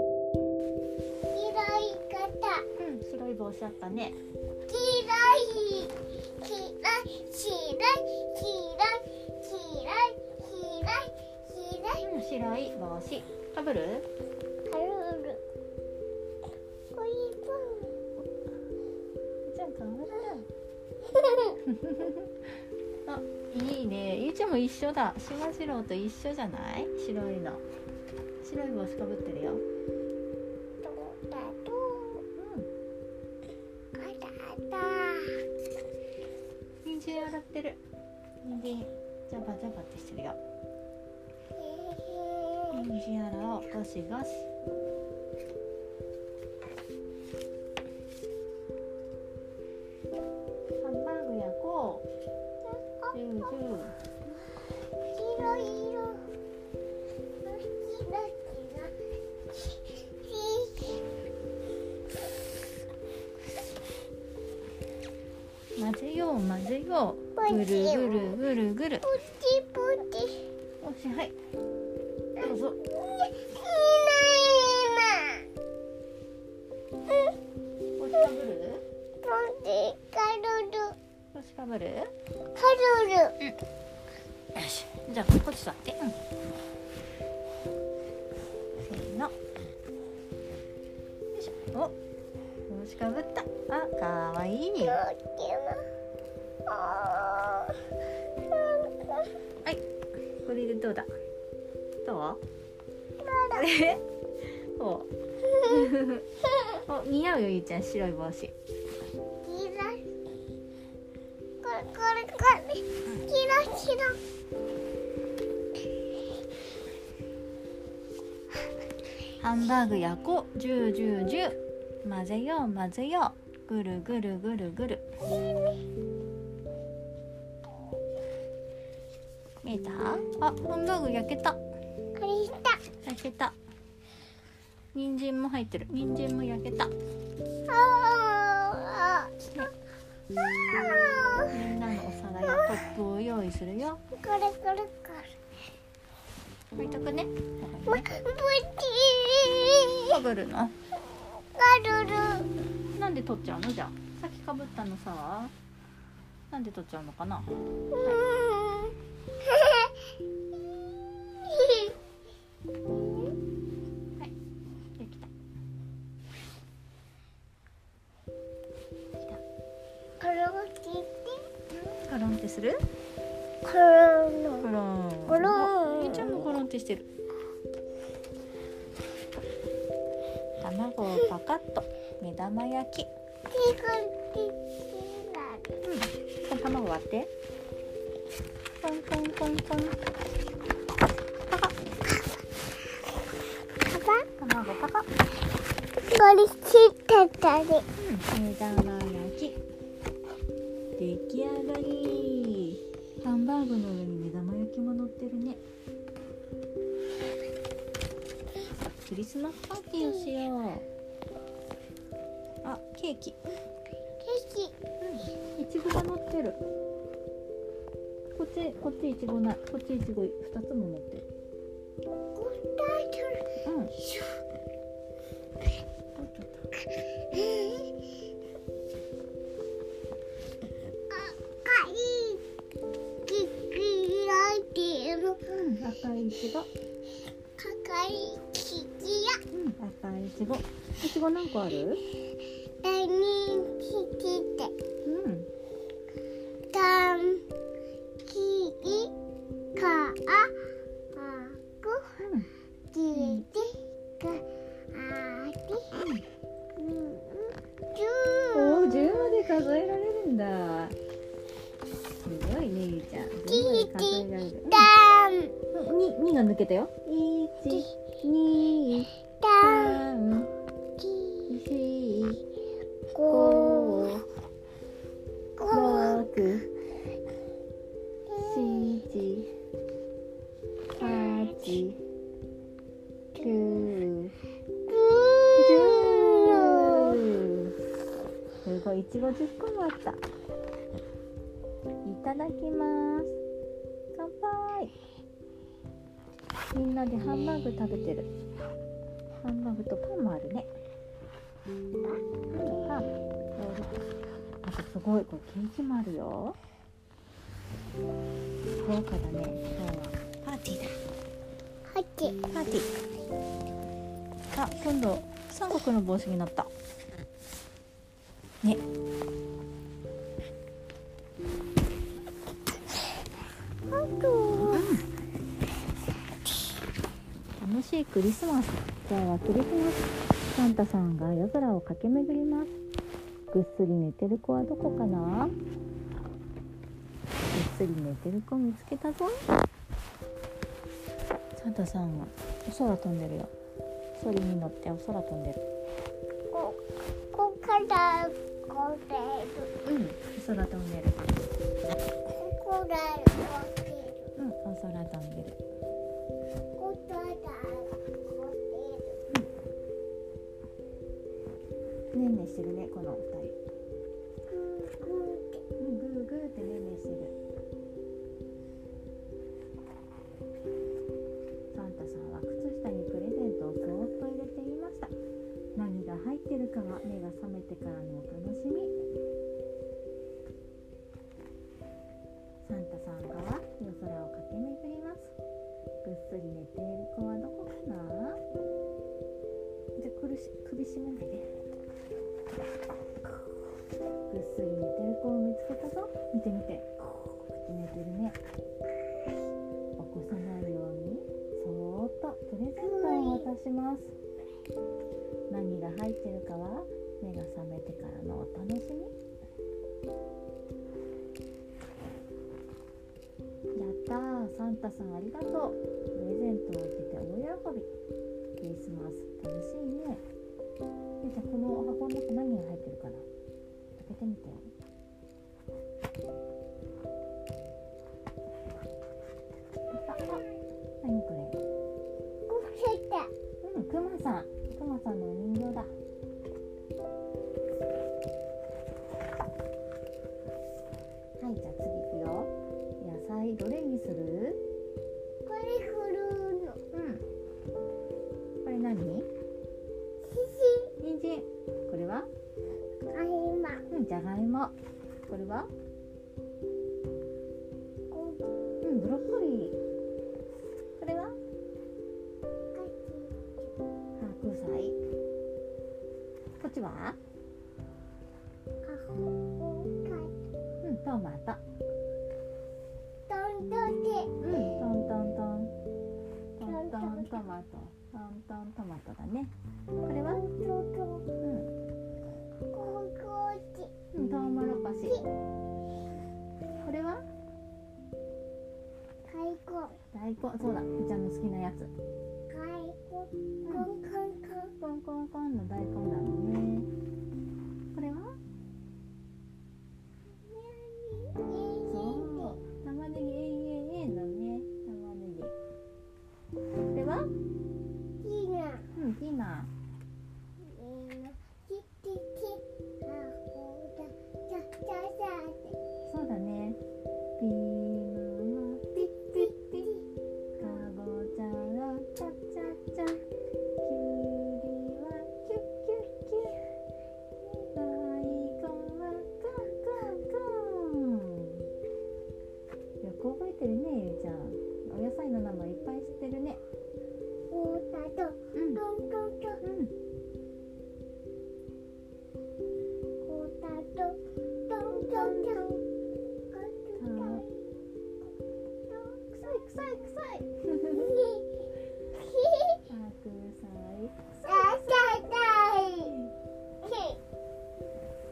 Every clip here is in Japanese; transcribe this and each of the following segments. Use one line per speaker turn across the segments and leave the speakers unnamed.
黄色い方
うん、白い帽子あった
黄色い黄色い黄色い黄色い
ね。
黄色い黄色い黄色い
うん、白い帽子。かぶる。
カルールこいつ
じゃん、かぶあ、いいね。ゆうちゃんも一緒だ。しまじろうと一緒じゃない。白いの。白い帽子かぶってるよ。
どうだとあ
うん。
だあだ
人参洗ってる。
でへへ
ジャバジャバってしてるよ。人参洗おう。ゴシゴシ。ハンバーグ焼こう。ジュージュー。
黄色い色黄色い色
混ぜよう混ぜよ
ポ
うぐ
ン
る
チを
ぐるぐるぐる
プチプチ
おしはいどうぞ
いないいない。
帽子かぶる
ポンテカルル
帽子かぶるよ
カルル。
しじゃあこっち座ってうんせーのよいしょお帽子かぶったあかわいい
ど
は
っちも。ああ。なんか
いこれでどうだどう
まだ。
え お お似合うよゆいちゃん白い帽子
キラ。これこれこれ。キラキラ。
ハンバーグ焼こう、ジュージュージュー。混ぜよう混ぜよう。ぐるぐるぐるぐる。見えた？あ、ハンバーグ焼けた。
あれした。
焼けた。人参も入ってる。人参も焼けた。
ああ。ああ。
みんなのお皿やコップを用意するよ。
これこれこ
置いとくね。
れ。ま、プチ
かぶるの？
カルル。
なんで取っちゃうのじゃあ？さっきかぶったのさ。なんで取っちゃうのかな？
うん
できた。
これを切って
コロンってする？
これの
コロン。
コロン
あゆいちゃんもコロンってしてる。卵をパカッと目玉焼き。
ティクティクがある
うん。卵割って。コンコンコンコン。
パパ
卵パカッ。
これ切ってたり
うん。目玉焼き。出来上がり。ハンバーグの上に目玉焼きも乗ってるね。クリスマスパーティーをしよう。あ、ケーキ。
ケーキ
いちごが乗ってる。こっち、こっちいちごない。こっちいちご二つも乗ってる。
こたつ
うん。
シュ赤い黄色いっていうの
うん、赤いいちご。
赤い黄色
うん、赤いいちご。いちご何個ある？
大人気切って
うん。
たんきいかあこきてかあてうんじ
おお
ゅ
ー、十まで数えられるんだ。すごいね、ゆいちゃん。十まで数えられる。
たん
うん、二、二が抜けたよ。一、二、
たん
三、
き
四、
こ
五、
こ
六。七、八、嗯九、
く
十。すごい、いちご十個もあった。いただきます。乾杯。みんなでハンバーグ食べてるハンバーグとパンもあるねパンロールあとすごいこれケーキもあるよ豪華だね今日はパーティーだ
入って
パーティーあ今度三国の帽子になったね
あと
楽しいクリスマス今日はクリスマスサンタさんが夜空を駆け巡りますぐっすり寝てる子はどこかなぐっすり寝てる子見つけたぞサンタさんはお空飛んでるよソリに乗ってお空飛んでる
ここからこれる
うんお空飛んでる
ここからこれる
うんお空飛んでる
ここからこれる
ねんねしてるねこの二人
くんくんって
うんグーグーってねんねしてるサンタさんは靴下にプレゼントをそーっと入れていました何が入ってるかは目が覚めてからのお楽しみサンタさんが夜空を駆け巡りますぐっすり寝ている子はどこかなじゃあ苦し首絞めないでぐっすり寝てる子を見つけたぞ見て見て寝てるね起こさないようにそーっとプレゼントを渡します何が入ってるかは目が覚めてからのお楽しみやったーサンタさんありがとうプレゼントを受けて大喜びクリスマス楽しいねゆうちゃんこの箱の中何が入ってるかな開けてみてああ何これ
これだ
うんくまさんくまさんのお人形だはいじゃあ次いくよ野菜どれにする
これ振るの
うんこれ何人
シシ
参これは
あ今
うんじゃがいもこれは
こ
うんブロッコリーこれは
か
白菜こっちは
しあこか
うんトマト
どんどんで
うん、トントントン。トントントマト。トントントマトだね。これは。
どんどん
うん、
ここで
うん、トウモロコシ。これは。
開口
大根、そうだ、うちゃんの好きなやつ。
開口
う
カン
ん、
カンカン
コンコンコンの大根なのね。これは。そう。玉ねぎ、えいえいえいのね。玉ねぎ。これは。
いいな
うん、ピーマン。そうだね。ピーマンは。ピッピッピッ。かぼちゃはチャチャチャきゅうりはキュッキュッキュッ大根はカンカンカンよく覚えてるねゆうちゃんお野菜の名前いっぱい知ってるねうんうん臭い臭い臭い白菜 人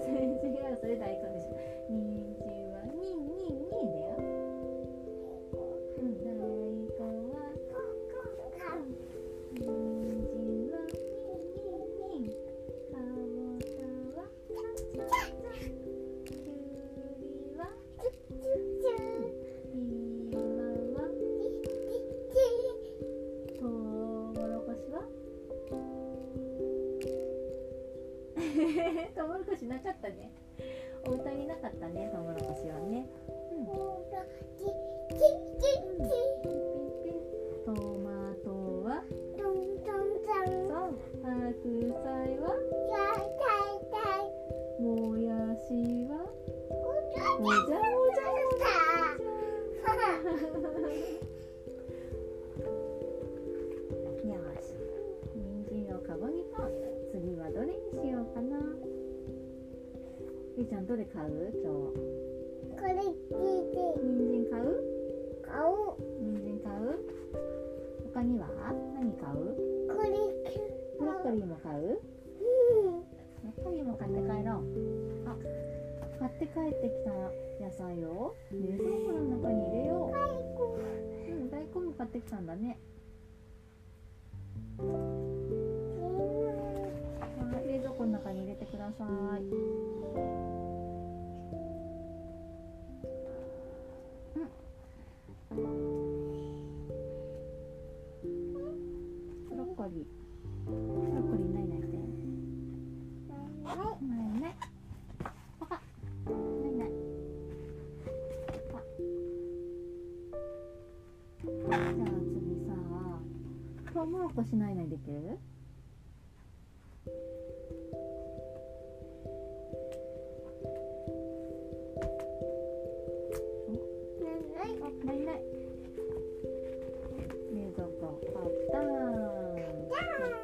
参はそれ違うそれ大根でしょ人参はニンニンニンだようん大根は人参はニンニンニンかぼちゃはチャチャチャきゅうりはピーマンはとうもろこしは トモロコシなかったねお歌になかったねトウモロコシはねうんトマトはそう白菜はもやしはもじゃもじゃもじゃよし人参をかごにポン次はどれにしようかなゆいちゃんどれ買う今日人参買う人参買う他には何買うブロッコリーも買うやっぱりも買って帰ろうあ買って帰ってきた野菜を冷蔵庫の中に入れよう、うん、大根も買ってきたんだねはい冷蔵庫の中に入れてくださいブロッコリーブロッコリーないないしてないないパカないないパカじゃあ次さトウモロコシないないできるあないない冷蔵庫あったーあったー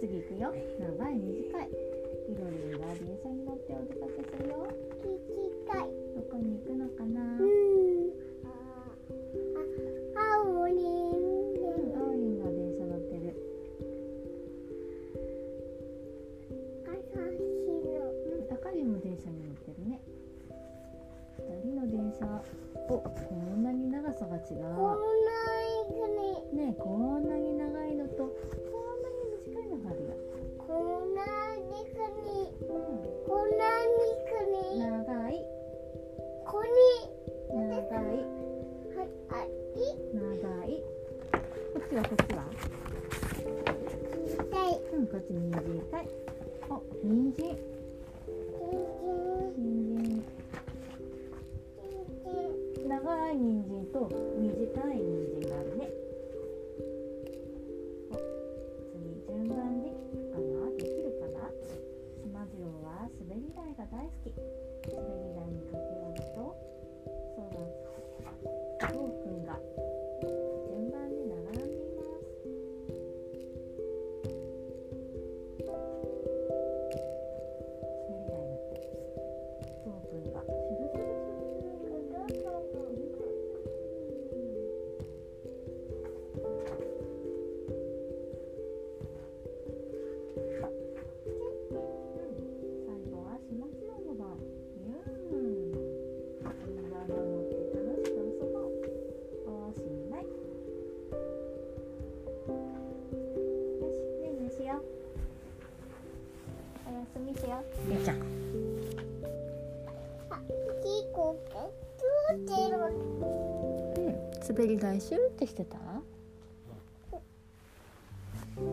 次行くよ長い短いいろいろバービーさんに乗ってお出かけするよどこに行くのかなうん、青りんが電車乗ってるうん、赤りんも電車に乗ってるね二人の電車お、こんなに長さが違うねえ、こんなに長いのとこんなに短いのがあるようん、長い長い長いこっちはこっちはうん、こっち人参たいお、人参人参長い人参と短い人参があるね。お次順番できるかな？できるかな？スマジロは滑り台が大好き。滑り台にかけようと、そうだ。ゴーくんが順番に並んでいます。滑り台だって。ゴーくんがシュルシュルシュルシュル。最後はしまちろの番ニューンみんなが乗って楽しく遊ぼうおしまいよしねんねしようおやすみしようゆいちゃんうん滑り台シューってしてたう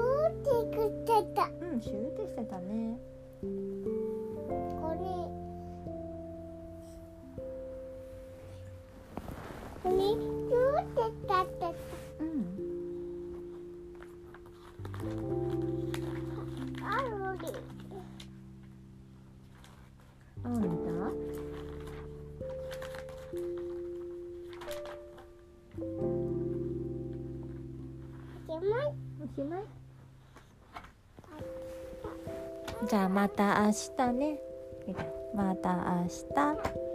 んシューってしてたねうん青見たおしまいじゃあまた明日ね。また明日。